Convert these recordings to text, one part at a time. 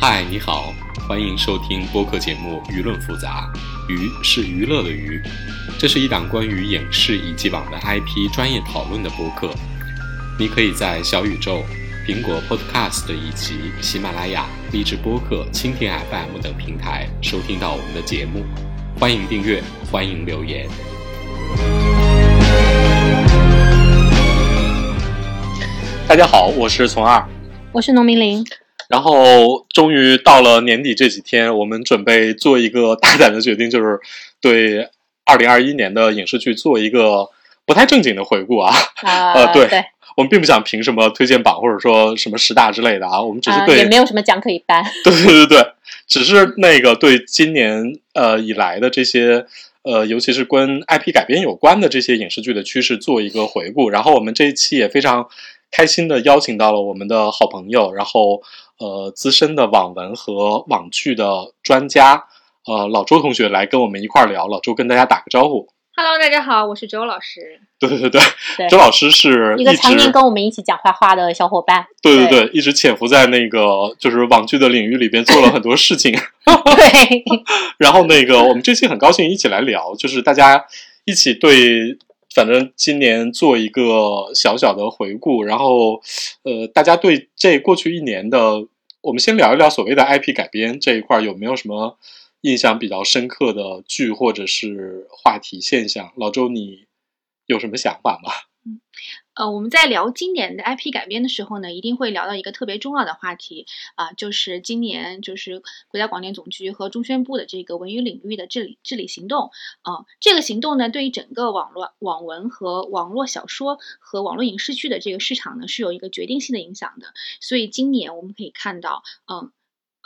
嗨，你好，欢迎收听播客节目《舆论复杂》，娱是娱乐的娱，这是一档关于影视以及网文 IP 专业讨论的播客。你可以在小宇宙、苹果 Podcast 以及喜马拉雅、荔枝播客、蜻蜓 FM 等平台收听到我们的节目。欢迎订阅，欢迎留言。大家好，我是从二。我是农民林，然后终于到了年底这几天，我们准备做一个大胆的决定，就是对二零二一年的影视剧做一个不太正经的回顾啊。啊、呃对对，我们并不想评什么推荐榜或者说什么十大之类的啊，我们只是啊、对、也没有什么奖可以颁， 对对对对，只是那个对今年呃以来的这些呃，尤其是跟 IP 改编有关的这些影视剧的趋势做一个回顾。然后我们这一期也非常开心的邀请到了我们的好朋友，然后呃资深的网文和网剧的专家呃老周同学来跟我们一块儿聊。老周跟大家打个招呼。 Hello，大家好，我是周老师。对对对对，对周老师是一个直常年跟我们一起讲坏话的小 伙伴，对对对，一直潜伏在那个就是网剧的领域里边做了很多事情，对， 然后那个，我们这期很高兴一起来聊，就是大家一起对，反正今年做一个小小的回顾，然后呃，大家对这过去一年的，我们先聊一聊所谓的 IP 改编这一块儿有没有什么印象比较深刻的剧或者是话题现象？老周，你有什么想法吗？呃，我们在聊今年的 IP 改编的时候呢，一定会聊到一个特别重要的话题啊、就是今年就是国家广电总局和中宣部的这个文娱领域的治理治理行动啊、这个行动呢，对于整个网络网文和网络小说和网络影视剧的这个市场呢，是有一个决定性的影响的。所以今年我们可以看到，嗯。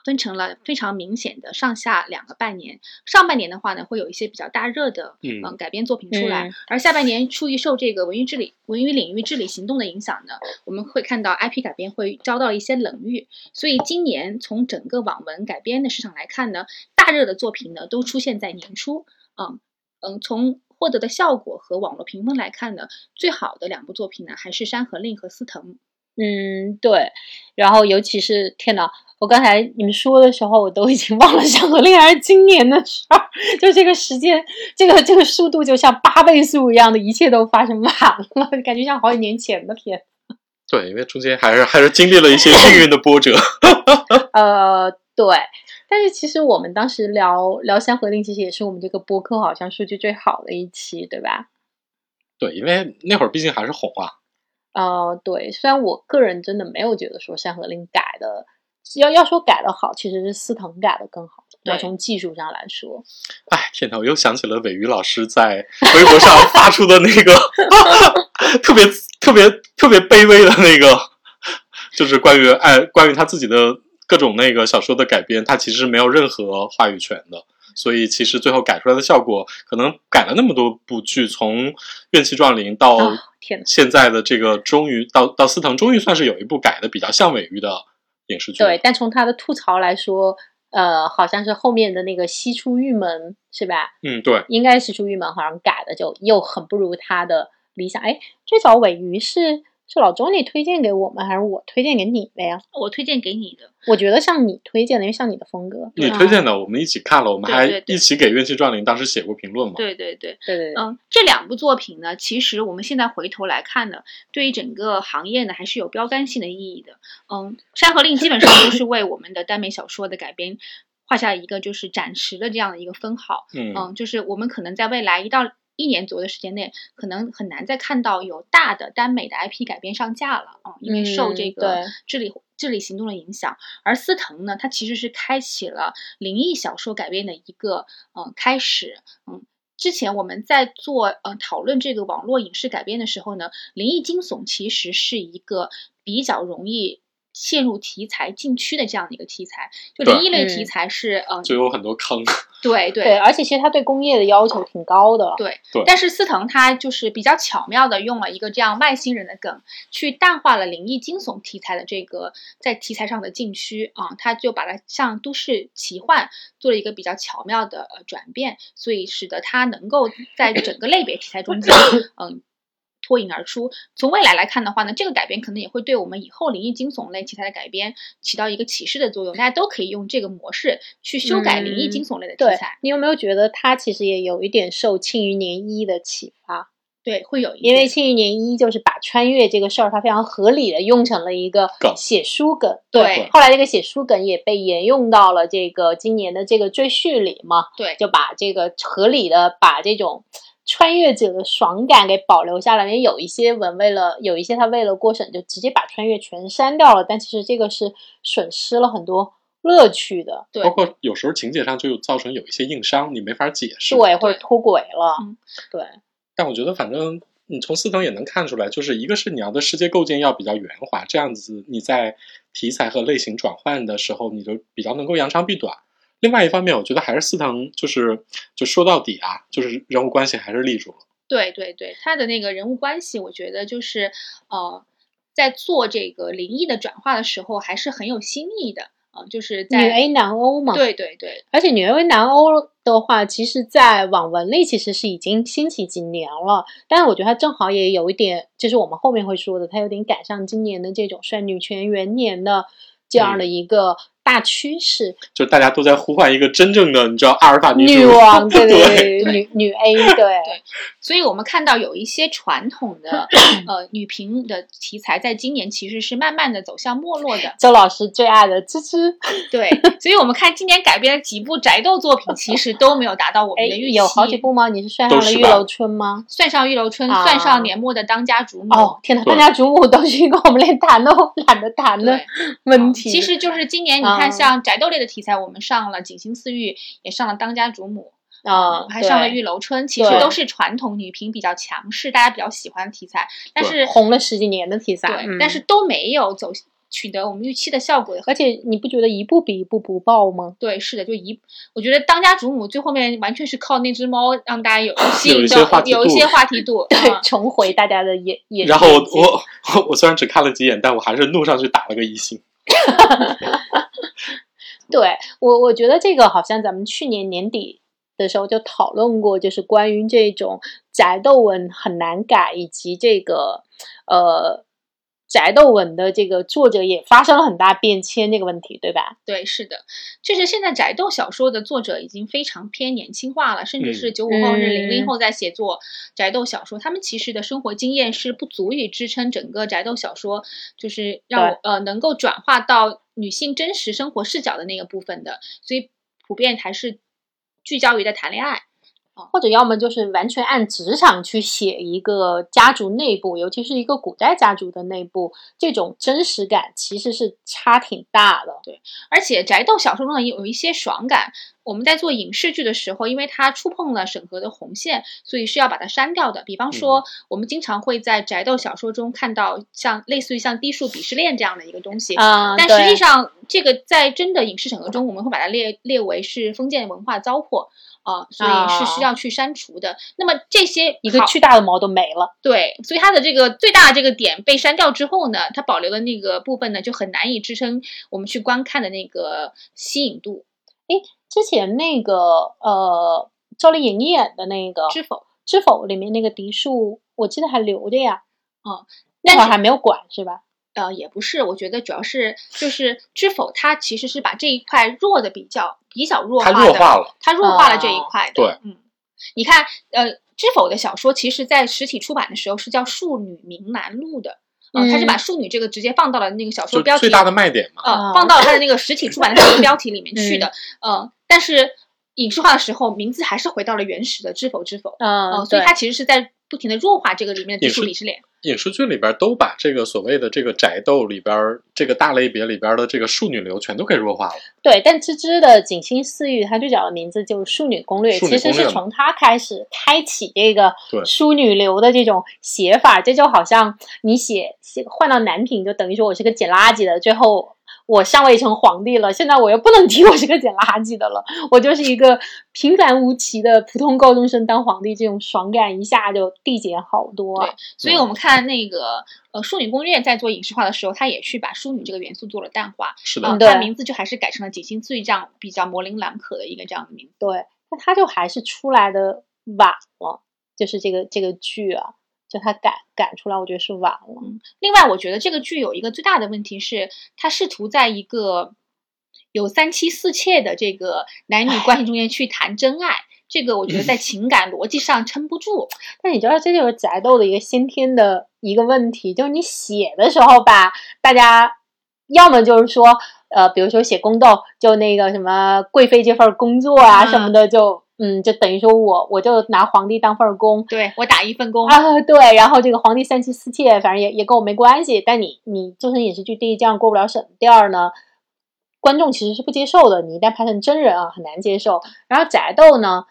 分成了非常明显的上下两个半年。上半年的话呢，会有一些比较大热的嗯嗯改编作品出来，嗯而下半年出于受这个文娱治理、文娱领域治理行动的影响呢，我们会看到 IP 改编会遭到一些冷遇。所以今年从整个网文改编的市场来看呢，大热的作品呢都出现在年初，嗯嗯，从获得的效果和网络评分来看呢，最好的两部作品呢还是《山河令》和《司藤》。嗯对，然后尤其是天呐，我刚才你们说的时候，我都已经忘了《山河令》还是今年的事儿， 就这个时间，这个这个速度就像八倍速一样的，一切都发生晚了，感觉像好几年前的片。对，因为中间还是还是经历了一些命运的波折。呃，对。但是其实我们当时聊聊《山河令》，其实也是我们这个播客好像数据最好的一期，对吧？ 对，因为那会儿毕竟还是红啊。呃，对，虽然我个人真的没有觉得说《山河令》改的，要要说改的好，其实是司藤改的更好。要对从技术上来说，哎，天哪！我又想起了尾鱼老师在微博上发出的那个 特别特别特别卑微的那个，就是关于哎关于他自己的各种那个小说的改编，他其实没有任何话语权的。所以其实最后改出来的效果，可能改了那么多部剧，从《怨气撞铃》哦到啊天哪！现在的这个，终于到到司藤，终于算是有一部改的比较像尾鱼的影视剧了。对，但从他的吐槽来说，呃，好像是后面的那个西出玉门是吧？嗯，对，应该是西出玉门，好像改的就又很不如他的理想。哎，最早尾鱼是是老周你推荐给我们，还是我推荐给你的呀？我推荐给你的，我觉得像你推荐的，因为像你的风格，啊你对推荐的我们一起看了，我们对还对对一起给《怨气撞铃》当时写过评论嘛。对对对，对对对，嗯，这两部作品呢，其实我们现在回头来看呢，对于整个行业呢，还是有标杆性的意义的。嗯，《山河令》基本上都是为我们的耽美小说的改编画下一个就是展翅的这样的一个分号。嗯嗯，就是我们可能在未来一到一年左右的时间内，可能很难再看到有大的耽美的 IP 改编上架了啊、嗯，因为受嗯这个对治理、治理行动的影响。而司藤呢，它其实是开启了灵异小说改编的一个嗯、呃开始，嗯。之前我们在做呃讨论这个网络影视改编的时候呢，灵异惊悚其实是一个比较容易陷入题材禁区的这样的一个题材。就对灵异类嗯题材是呃，就有很多坑。对对对，而且其实他对工业的要求挺高的。对，对但是司藤他就是比较巧妙的用了一个这样外星人的梗，去淡化了灵异惊悚题材的这个在题材上的禁区啊，他就把它向都市奇幻做了一个比较巧妙的呃转变，所以使得它能够在整个类别题材中间，嗯，脱颖而出。从未来来看的话呢，这个改编可能也会对我们以后灵异惊悚类题材的改编起到一个启示的作用，大家都可以用这个模式去修改灵异嗯惊悚类的对题材。你有没有觉得它其实也有一点受《庆余年一》的启发？对，会有一因为《点庆余年一》就是把穿越这个事儿，它非常合理的用成了一个梗写书梗。对后来这个写书梗也被沿用到了这个今年的这个追剧里嘛，对就把这个合理的把这种。穿越者的爽感给保留下来，因为有一些文为了有一些他为了过审就直接把穿越全删掉了，但其实这个是损失了很多乐趣的，对包括有时候情节上就造成有一些硬伤，你没法解释。对，或者对脱轨了，嗯对，但我觉得，反正你从四层也能看出来，就是一个是你要的世界构建要比较圆滑，这样子你在题材和类型转换的时候，你就比较能够扬长避短。另外一方面，我觉得还是四藤，就是就说到底啊，就是人物关系还是立住了。对对对，他的那个人物关系，我觉得就是呃，在做这个灵异的转化的时候，还是很有新意的啊、呃就是女在 A 男欧嘛，对对对而且女为南欧的话，其实，在网文类其实是已经兴起几年了，但是我觉得它正好也有一点，就是我们后面会说的，它有点赶上今年的这种算女权元年的这样的一个大趋势。就是大家都在呼唤一个真正的，你知道阿尔法女主女王，对 对对对，女女 A，对所以我们看到有一些传统的呃女频的题材，在今年其实是慢慢的走向没落 的。周老师最爱的芝芝，对，所以我们看今年改编的几部宅斗作品，其实都没有达到我哎，们的预期。有好几部吗？你是算都上了《是玉吧楼春》吗？算上《玉楼春》啊算上年末的《当家主母》哦，天哪，对大家主母都是一个我们连谈都懒得谈的对，问题。哦其实就是今年你嗯看，像宅斗类的题材，我们上了《锦心似玉》，也上了《当家主母》，啊，还上了《对玉楼春》，其实对都是传统女频比较强势，大家比较喜欢的题材，但是红了十几年的题材，对，嗯但是都没有走取得我们预期的效果。而且你不觉得一步比一步不爆 吗？对，是的，就一，我觉得当家主母最后面完全是靠那只猫让大家 有吸有引一些到话题有一度些话题 度，对，嗯重回大家的眼眼。然后我眼睛我我 我虽然只看了几眼，但我还是怒上去打了个一星。对我我觉得这个好像咱们去年年底的时候就讨论过，就是关于这种宅斗文很难改，以及这个呃宅斗文的这个作者也发生了很大变迁这个问题，对吧？对，是的，就是现在宅斗小说的作者已经非常偏年轻化了，甚至是九五后甚至零零嗯后在写作宅斗小说，他们其实的生活经验是不足以支撑整个宅斗小说，就是让我呃能够转化到女性真实生活视角的那个部分的，所以普遍还是聚焦于在谈恋爱。或者要么就是完全按职场去写一个家族内部，尤其是一个古代家族的内部，这种真实感其实是差挺大的。而且宅斗小说中呢有一些爽感。我们在做影视剧的时候，因为它触碰了审核的红线，所以是要把它删掉的。比方说，我们经常会在宅斗小说中看到像类似于像低数鄙视链这样的一个东西。啊、但实对际上，这个在真的影视审核中，我们会把它列列为是封建文化糟粕啊、所以是需要去删除的。那么这些一个好巨大的毛都没了。对，所以它的这个最大的这个点被删掉之后呢，它保留的那个部分呢，就很难以支撑我们去观看的那个吸引度。之前那个呃，赵丽颖演的那个《知否？知否》里面那个嫡庶，我记得还留着呀。嗯，那但会儿是还没有管是吧？呃，也不是，我觉得主要是就是知否，它其实是把这一块弱的比较比较弱它化的，弱化了，它弱化了这一啊块的。对，嗯，你看，呃，知否的小说其实在实体出版的时候是叫《庶女明南录》的，呃，它是把嗯庶女这个直接放到了那个小说就标题最大的卖点嘛。啊呃，放到了它的那个实体出版的小说标题里面去的。嗯呃，但是影视化的时候，名字还是回到了原始的“知否知否”。嗯呃，所以它其实是在不停的弱化这个里面的影低俗视鄙视链。影视剧里边都把这个所谓的这个宅斗里边儿这个大类别里边的这个庶女流全都给弱化了。对，但芝芝的《锦心似玉》，她最早的名字就是《淑女攻略》，淑女其实攻略是嘛从她开始开启这个对淑女流的这种写法。这就好像你写写换到男频，就等于说我是个捡垃圾的，最后我上位成皇帝了，现在我又不能提 我是个捡垃圾的了，我就是一个平凡无奇的普通高中生当皇帝，这种爽感一下就递减好多啊。所以我们看那个呃《淑女攻略》在做影视化的时候，它也去把淑女这个元素做了淡化。是的，啊，嗯对它名字就还是改成了“锦心自玉”这样比较模棱两可的一个这样的名字。对，那他就还是出来的晚了，就是这个这个剧啊，就他赶赶出来，我觉得是晚了。另外，我觉得这个剧有一个最大的问题是，它试图在一个有三妻四妾的这个男女关系中间去谈真爱，这个我觉得在情感逻辑上撑不住。但你知道，这就是宅斗的一个先天的一个问题，就是你写的时候吧，大家要么就是说，呃，比如说写宫斗，就那个什么贵妃这份工作啊嗯什么的，就嗯，就等于说我我就拿皇帝当份工，对我打一份工，啊， 对，然后这个皇帝三妻四妾，反正也也跟我没关系。但你你做成影视剧，第一这样过不了审，第二呢，观众其实是不接受的。你一旦拍成真人啊，很难接受。然后宅斗呢，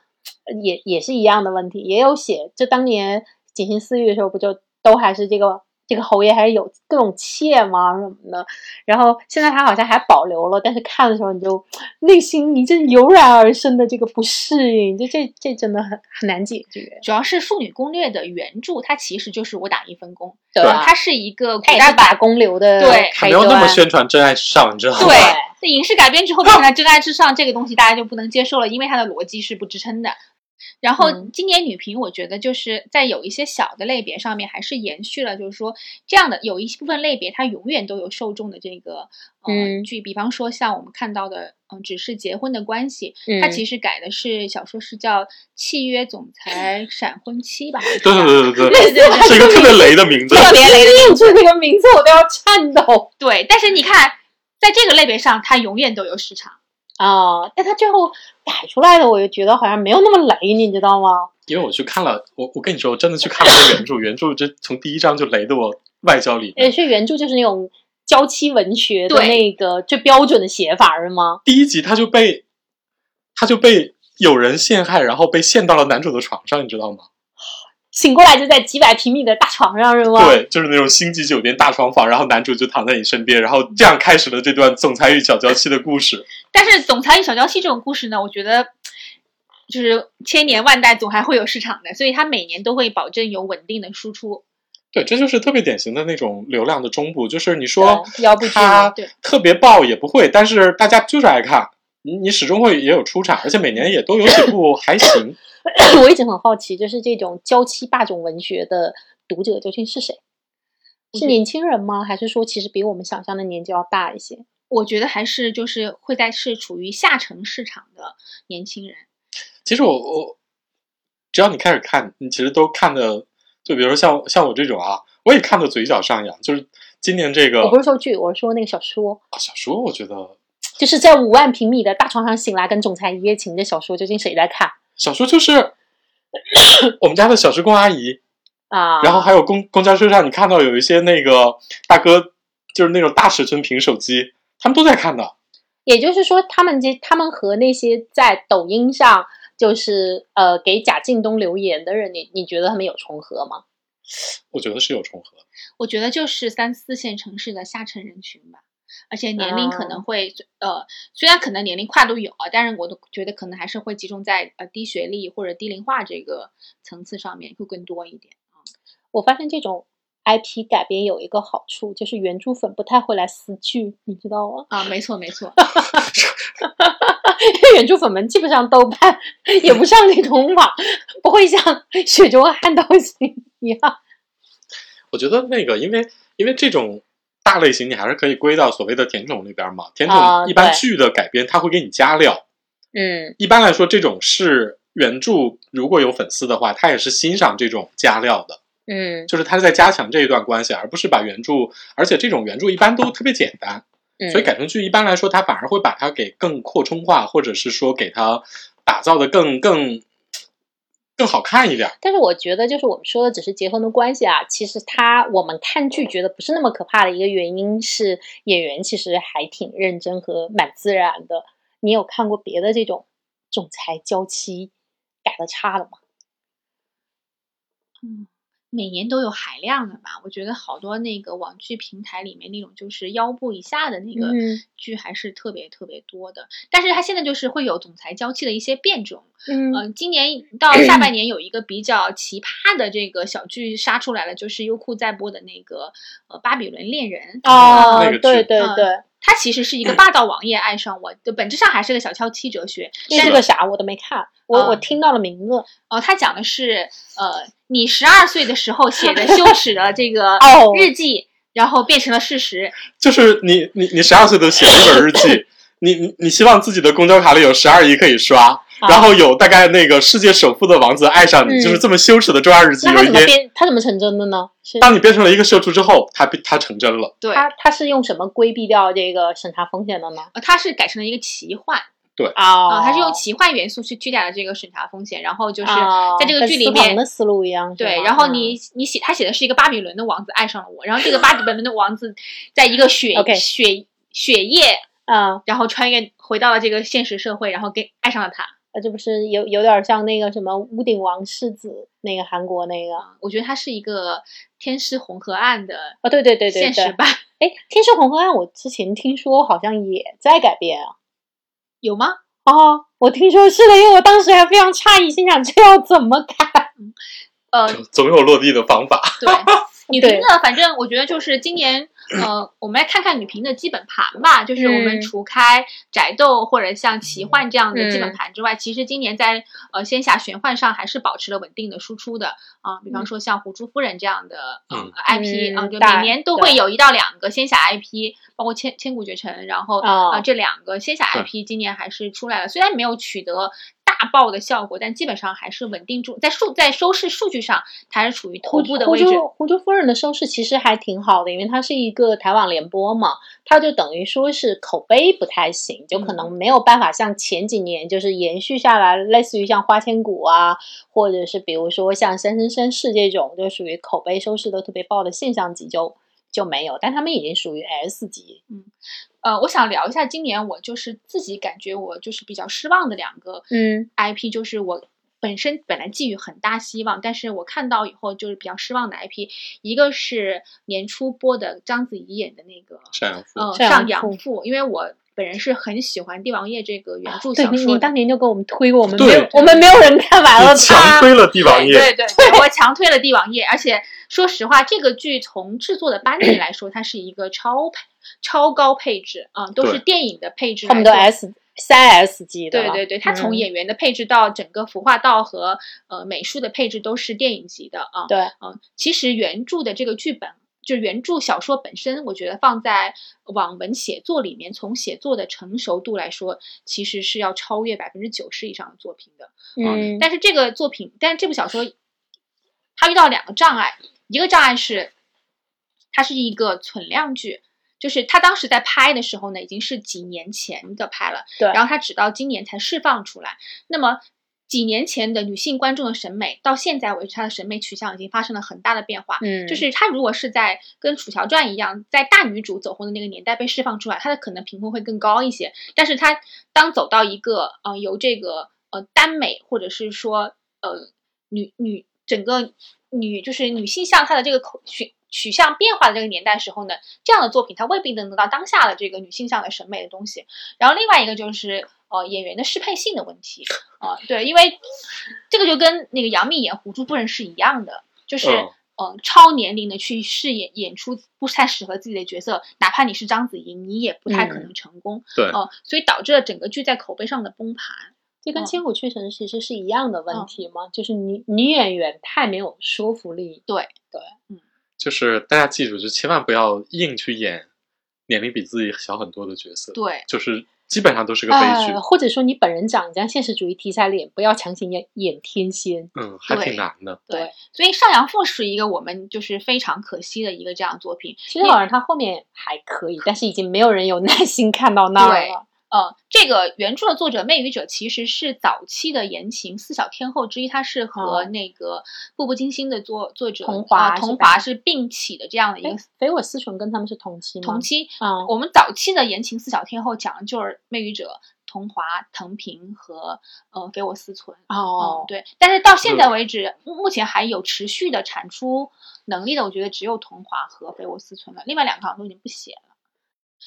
也也是一样的问题，也有写，就当年景行私欲的时候，不就都还是这个这个侯爷还是有各种妾吗什么的。然后现在他好像还保留了，但是看的时候你就内心一阵油然而生的这个不适应，就这这真的很很难解决。主要是《妇女攻略》的原著，它其实就是我打一份工，对吧吧它是一个古他也代是把版。公流的啊对还开没有啊那么端宣传《真爱至上》，你知 道吗？对，这影视改编之后变成了真爱至上这个东西，大家就不能接受了，因为它的逻辑是不支撑的。然后嗯今年女评，我觉得就是在有一些小的类别上面，还是延续了，就是说这样的有一部分类别，它永远都有受众的这个呃、嗯剧，比方说像我们看到的，嗯、只是结婚的关系，嗯它其实改的是小说是叫《契约总裁闪婚妻》吧？好像是 对对对叫对对，对对对呃是一个特别雷的名字。 特别雷的出这个名字，我都要颤抖对，但是你看，在这个类别上，它永远都有市场。啊！但他最后改出来的，我就觉得好像没有那么雷，你知道吗？因为我去看了，我我跟你说，我真的去看了这个原著，原著这从第一章就雷得我外焦里而嫩。且原著就是那种娇妻文学的对那个最标准的写法是吗？第一集他就被他就被有人陷害，然后被陷到了男主的床上，你知道吗？醒过来就在几百平米的大床上是吗？对，就是那种星级酒店大床房，然后男主就躺在你身边，然后这样开始了这段总裁与小娇妻的故事。但是总裁与小娇妻这种故事呢，我觉得就是千年万代总还会有市场的，所以它每年都会保证有稳定的输出。对，这就是特别典型的那种流量的中部，就是你说对哦腰部剧嘛他对特别爆也不会，但是大家就是爱看，你你始终会也有出场，而且每年也都有几 部还行。 我一直很好奇，就是这种娇妻霸总文学的读者究竟是谁？是年轻人吗？还是说其实比我们想象的年纪要大一些？我觉得还是就是会在是处于下沉市场的年轻人。其实我我只要你开始看，你其实都看的，就比如说像像我这种啊，我也看的嘴角上扬。就是今年这个我不是说剧，我是说那个小说。啊小说，我觉得就是在五万平米的大床上醒来跟总裁一夜情这小说，究竟谁在看小说就是 我们家的小职工阿姨，啊？然后还有公公交车上，你看到有一些那个大哥，就是那种大尺寸屏手机，他们都在看的。也就是说，他们这他们和那些在抖音上就是呃给贾静东留言的人，你你觉得他们有重合吗？我觉得是有重合的。我觉得就是三四线城市的下沉人群吧，而且年龄可能会、呃，虽然可能年龄跨度有啊，但是我都觉得可能还是会集中在呃低学历或者低龄化这个层次上面会更多一点。我发现这种 IP 改编有一个好处，就是原著粉不太会来撕剧，你知道吗？ 啊，没错没错，因为原著粉们既不上豆瓣，也不上那种网，不会像雪中悍刀行一样。我觉得那个，因为因为这种大类型，你还是可以归到所谓的甜宠那边嘛。甜啊宠一般对剧的改编，它会给你加料。嗯，一般来说，这种是原著如果有粉丝的话，他也是欣赏这种加料的，嗯就是他是在加强这一段关系，而不是把原著。而且这种原著一般都特别简单，嗯所以改成剧一般来说，它反而会把它给更扩充化，或者是说给它打造的更更更好看一点儿。但是我觉得，就是我们说的只是结婚的关系啊，其实他我们看剧觉得不是那么可怕的一个原因是，演员其实还挺认真和蛮自然的。你有看过别的这种总裁娇妻改的差的吗？嗯，每年都有海量的吧。我觉得好多那个网剧平台里面那种就是腰部以下的那个嗯剧还是特别特别多的，但是它现在就是会有总裁娇妻的一些变种。嗯呃，今年 到下半年有一个比较奇葩的这个小剧杀出来了，就是优酷在播的那个呃《巴比伦恋人》哦那个，剧对对嗯对，它其实是一个霸道王爷爱上我，就本质上还是个小娇妻哲学。那是个啥我都没看，我、啊我听到了名字。哦，它讲的是呃，你十二岁的时候写的羞耻的这个哦嗯日记，然后变成了事实。就是你你你十二岁的写了一本日 记，你你你希望自己的公交卡里有十二亿可以刷，啊然后有大概那个世界首富的王子爱上你，嗯就是这么羞耻的中二日记。那有他一怎么天，变？他怎么成真的呢？是当你变成了一个社畜之后，他他成真了。对，他他是用什么规避掉这个审查风险的呢？呃它是改成了一个奇幻啊、啊它是用奇幻元素去替代了这个审查风险，然后就是啊在这个跟剧私里房面的思路一样。是嗯对，吗然后你你写他写的是一个巴比伦的王子爱上了我，然后这个巴比伦的王 子在一个雪 OK 雪雪夜，嗯啊，然后穿越回到了这个现实社会，然后跟爱上了他。呃这不是有有点像那个什么屋顶王世子那个韩国那个啊？我觉得他是一个天师红河岸的哦对对对对现实对。版，哎，《天师红河岸》我之前听说好像也在改编啊。有吗？哦，我听说是的，因为我当时还非常诧异，心想这要怎么改？呃，总有落地的方法。 对，女对频呢，反正我觉得就是今年，呃，我们来看看女频的基本盘吧。就是我们嗯除开宅斗或者像奇幻这样的基本嗯盘之外，其实今年在呃仙侠玄幻上还是保持了稳定的输出的啊、比方说像《狐珠夫人》这样的、呃嗯 IP 啊、嗯就大每年都会有一到两个仙侠 IP，包括千《千古绝尘》，然后啊、哦呃这两个仙侠对 IP 今年还是出来了，虽然没有取得。大爆的效果，但基本上还是稳定住，在数在收视数据上，它是处于头湖部的位置。湖州湖州夫人的收视其实还挺好的，因为它是一个台网联播嘛，它就等于说是口碑不太行，就可能没有办法像前几年就是延续下来，类似于像花千骨啊，或者是比如说像三生三世这种，就属于口碑收视都特别爆的现象级就就没有，但他们已经属于 S 级。呃，我想聊一下今年我就是自己感觉我就是比较失望的两个嗯 IP，就是我本身本来寄予很大希望，但是我看到以后就是比较失望的 IP，一个是年初播的章子怡演的那个嗯善良呃《上上阳阳赋赋》，因为我本人是很喜欢帝王夜这个原著对小你，你说的。当年就跟我们推过，我们没对有，我们没有人看完了你强它。推了帝王对爷，对对，我强推了帝王夜，而且说实话，这个剧从制作的班底来说，它是一个超配超高配置啊、都是对电影的配置来他们做的，都 S 三 S 级的对了，对对，它从嗯演员的配置到整个服化道和呃美术的配置都是电影级的啊。对嗯，其实原著的这个剧本，就原著小说本身，我觉得放在网文写作里面，从写作的成熟度来说，其实是要超越百分之九十以上的作品的。嗯，但是这个作品，但是这部小说，它遇到两个障碍，一个障碍是，它是一个存量剧，就是它当时在拍的时候呢，已经是几年前的拍了，对然后它直到今年才释放出来。那么几年前的女性观众的审美，到现在为止，她的审美取向已经发生了很大的变化。嗯，就是她如果是在跟《楚乔传》一样，在大女主走红的那个年代被释放出来，她的可能评分会更高一些。但是她当走到一个呃由这个呃耽美或者是说呃女女整个女就是女性向她的这个口取取向变化的这个年代时候呢，这样的作品它未必能得到当下的这个女性向的审美的东西。然后另外一个就是呃演员的适配性的问题啊、对，因为这个就跟那个杨幂演《狐珠夫人》是一样的，就是。嗯呃，超年龄的去饰演演出不太适合自己的角色，哪怕你是章子怡，你也不太可嗯能成功。对哦、所以导致了整个剧在口碑上的崩盘。这跟嗯《千古缺城》其实是一样的问题嘛，就是女女演员太没有说服力。就是大家记住，就千万不要硬去演年龄比自己小很多的角色，对，就是基本上都是个悲剧呃，。或者说你本人长这样现实主义题材脸，不要强行演演天仙。嗯，还挺难的。对所以《上阳赋》是一个我们就是非常可惜的一个这样的作品。其实好像他后面还可以，但是已经没有人有耐心看到那儿对了。呃，这个原著的作者《媚语者》其实是早期的言情四小天后之一，她是和哦那个《步步惊心》的作作者桐华呃是桐吧华是并起的这样的一哎个，绯我思纯跟他们是同期吗？同期。啊，我们早期的言情四小天后讲的就是《媚语者》。桐华、藤平和呃给我思存，哦嗯，，对，但是到现在对为止，目目前还有持续的产出能力的，我觉得只有桐华和肥沃思存了，另外两个好像都已经不写了。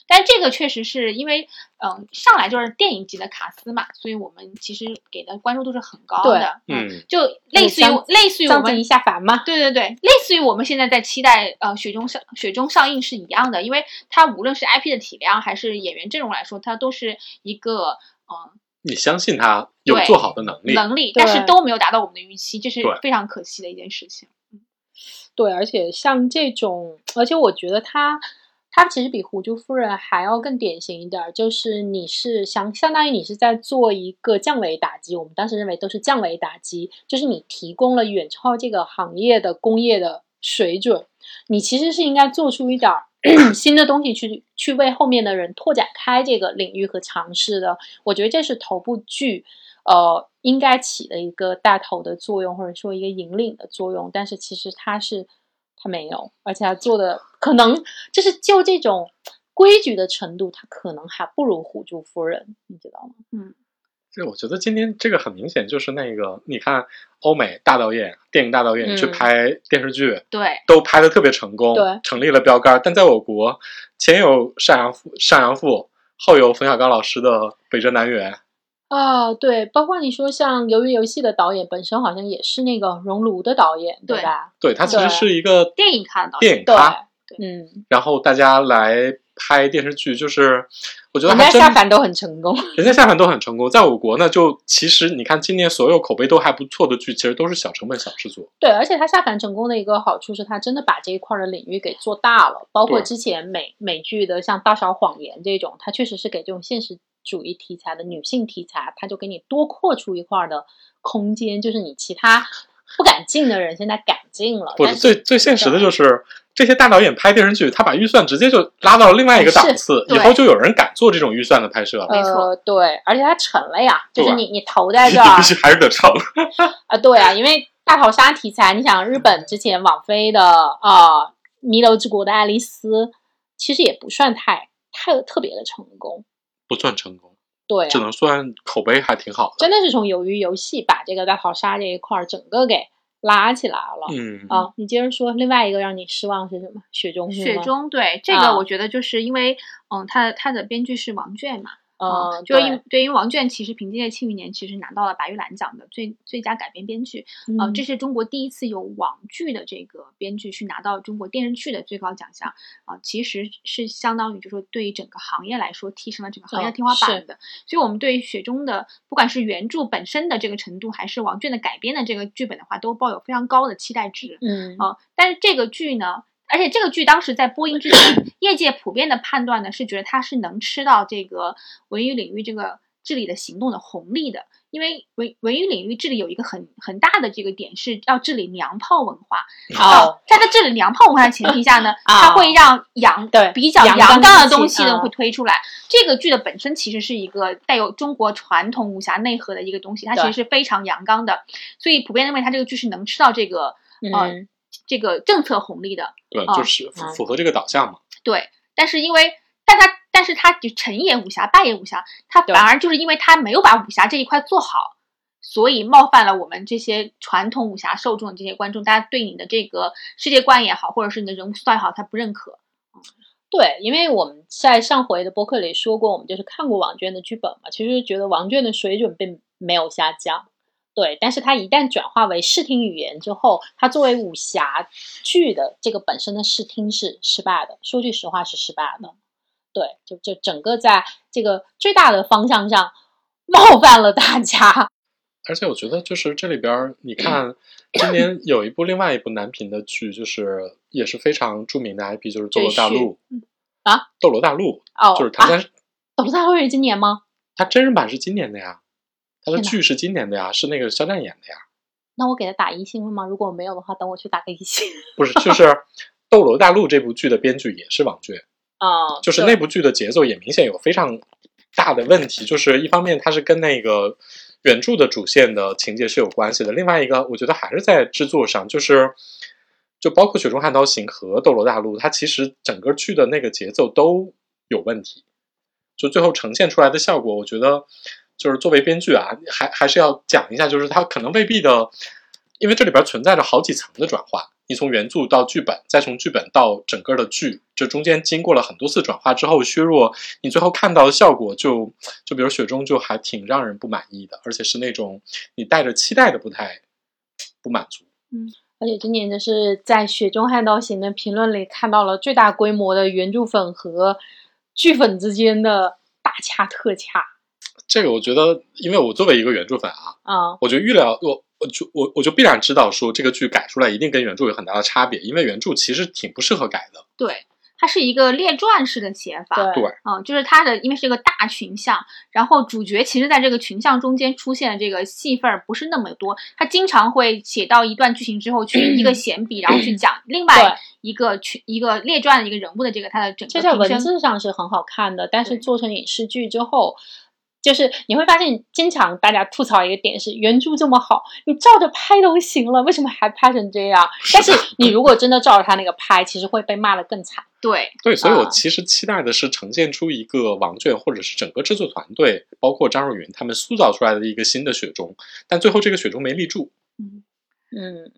但这个确实是因为，嗯，上来就是电影级的卡司嘛，所以我们其实给的关注度是很高的。对嗯，就类似于嗯类似于我上次们一下凡嘛，对对对，类似于我们现在在期待呃雪中上雪中上映是一样的，因为它无论是 IP 的体量还是演员阵容来说，它都是一个嗯、你相信他有对做好的能力，能力，对但是都没有达到我们的预期，这是对非常可惜的一件事情。对，而且像这种，而且我觉得他他其实比《胡珠夫人》还要更典型一点儿，就是你是相相当于你是在做一个降维打击，我们当时认为都是降维打击，就是你提供了远超这个行业的工业的水准，你其实是应该做出一点儿 新的东西去去为后面的人拓展开这个领域和尝试的，我觉得这是头部剧，呃，应该起的一个带头的作用，或者说一个引领的作用。但是其实它是它没有，而且它做的可能就是就这种规矩的程度，它可能还不如《虎珠夫人》，你知道吗？对，我觉得今天这个很明显就是那个，你看欧美大导演、电影大导演去嗯拍电视剧，对，都拍的特别成功，对成立了标杆儿。但在我国，前有单阳父，单阳父，后有冯小刚老师的《北辙南辕》，啊、对，包括你说像《鱿鱼游戏》的导演本身好像也是那个熔炉的导演，对吧？对，它其实对是一个电影看到电影对，咖，嗯，然后大家来拍电视剧，就是我觉得人还家真下凡都很成功，人家下凡都很成功。在我国呢，就其实你看今年所有口碑都还不错的剧，其实都是小成本、小制作。对，而且他下凡成功的一个好处是他真的把这一块儿的领域给做大了，包括对之前美美剧的像《大小谎言》这种，它确实是给这种现实主义题材的女性题材，它就给你多扩出一块儿的空间，就是你其他不敢进的人现在敢进了。不但是最最现实的就是这些大导演拍电视剧，他把预算直接就拉到了另外一个档次，是以对后就有人敢做这种预算的拍摄了，没错呃，对，而且它成了呀，呃就是对你你 投在这儿必须还是得成。啊，对啊，因为大逃杀题材，你想日本之前网飞的啊《弥留之国的爱丽丝》，其实也不算太太特别的成功，不算成功，对、啊，只能算口碑还挺好的。真的是从鱿鱼游戏把这个大逃杀这一块儿整个给拉起来了。嗯，啊，你接着说，另外一个让你失望是什么？雪中是雪吗，中对这啊个，我觉得就是因为，嗯，他的他的编剧是王倦嘛，嗯，啊就因因对，因为王倦其实凭借《庆余年》其实拿到了白玉兰奖的最最佳改编编剧，啊、这是中国第一次有网剧的这个编剧去拿到中国电视剧的最高奖项啊、其实是相当于就是说对于整个行业来说提升了整个行业嗯的天花是板的。所以，我们对于雪中的不管是原著本身的这个程度，还是王倦的改编的这个剧本的话，都抱有非常高的期待值嗯啊、但是这个剧呢？而且这个剧当时在播映之前，业界普遍的判断呢是觉得它是能吃到这个文娱领域这个治理的行动的红利的，因为文文娱领域治理有一个很很大的这个点是要治理娘炮文化。哦，在它治理娘炮文化的前提下 呢，啊它会让阳对比较阳阳刚刚的东东西西呢嗯会推出来。这个剧的本身其实是一个带有中国传统武侠内核的一个东西，它其对实是非常阳刚的，所以普遍认为它这个剧是能吃到这个呃嗯，这个政策红利的。对，啊就是符符合这个导向嘛。对，但是因为，但他，但是他就成也武侠，败也武侠，他对反而就是因为他没有把武侠这一块做好，所以冒犯了我们这些传统武侠受众的这些观众，大家对你的这个世界观也好，或者是你的人物塑造也好，他不认可。对，因为我们在上回的播客里说过，我们就是看过王娟的剧本嘛，其实觉得王娟的水准并没有下降。对，但是它一旦转化为视听语言之后，它作为武侠剧的这个本身的视听是失败的，说句实话是失败的。对，就就整个在这个最大的方向上冒犯了大家。 而且我觉得就是这里边儿，你看今年有一部另外一部男频的剧，就是也是非常著名的 IP，就是《斗罗大陆》啊，《斗罗大陆》哦，就是唐啊，三，董大会是今年吗？他真人版是今年的呀，他的天哪剧是今年的呀，是那个肖战演的呀，那我给他打一星了吗？如果我没有的话，等我去打个一星。不是，就是《斗罗大陆》这部剧的编剧也是王娟，啊、就是对那部剧的节奏也明显有非常大的问题，就是一方面它是跟那个原著的主线的情节是有关系的，另外一个我觉得还是在制作上，就是就包括《雪中悍刀行》和《斗罗大陆》，它其实整个剧的那个节奏都有问题，就最后呈现出来的效果，我觉得就是作为编剧啊，还还是要讲一下，就是它可能未必的因为这里边存在着好几层的转化，你从原著到剧本，再从剧本到整个的剧，这中间经过了很多次转化之后削弱，你最后看到的效果就就比如雪中就还挺让人不满意的，而且是那种你带着期待的不太不满足。而且今年的是在《雪中悍刀行》的评论里看到了最大规模的原著粉和剧粉之间的大掐特掐这个我觉得，因为我作为一个原著粉啊，啊，我就预料我。我就我我就必然知道说这个剧改出来一定跟原著有很大的差别，因为原著其实挺不适合改的。对，它是一个列传式的写法。对对嗯，就是它的，因为是一个大群像，然后主角其实在这个群像中间出现的这个戏份儿不是那么多，他经常会写到一段剧情之后去一个闲笔，然后去讲另外对一个群一个列传的一个人物的这个他的整这个在平文生。字上是很好看的，但是对做成影视剧之后，就是你会发现，经常大家吐槽一个点是，原著这么好，你照着拍都行了，为什么还拍成这样？但是你如果真的照着他那个拍，其实会被骂得更惨。对，对，所以我啊其实期待的是呈现出一个王倦，或者是整个制作团队，包括张若昀他们塑造出来的一个新的雪中，但最后这个雪中没立住。嗯，嗯，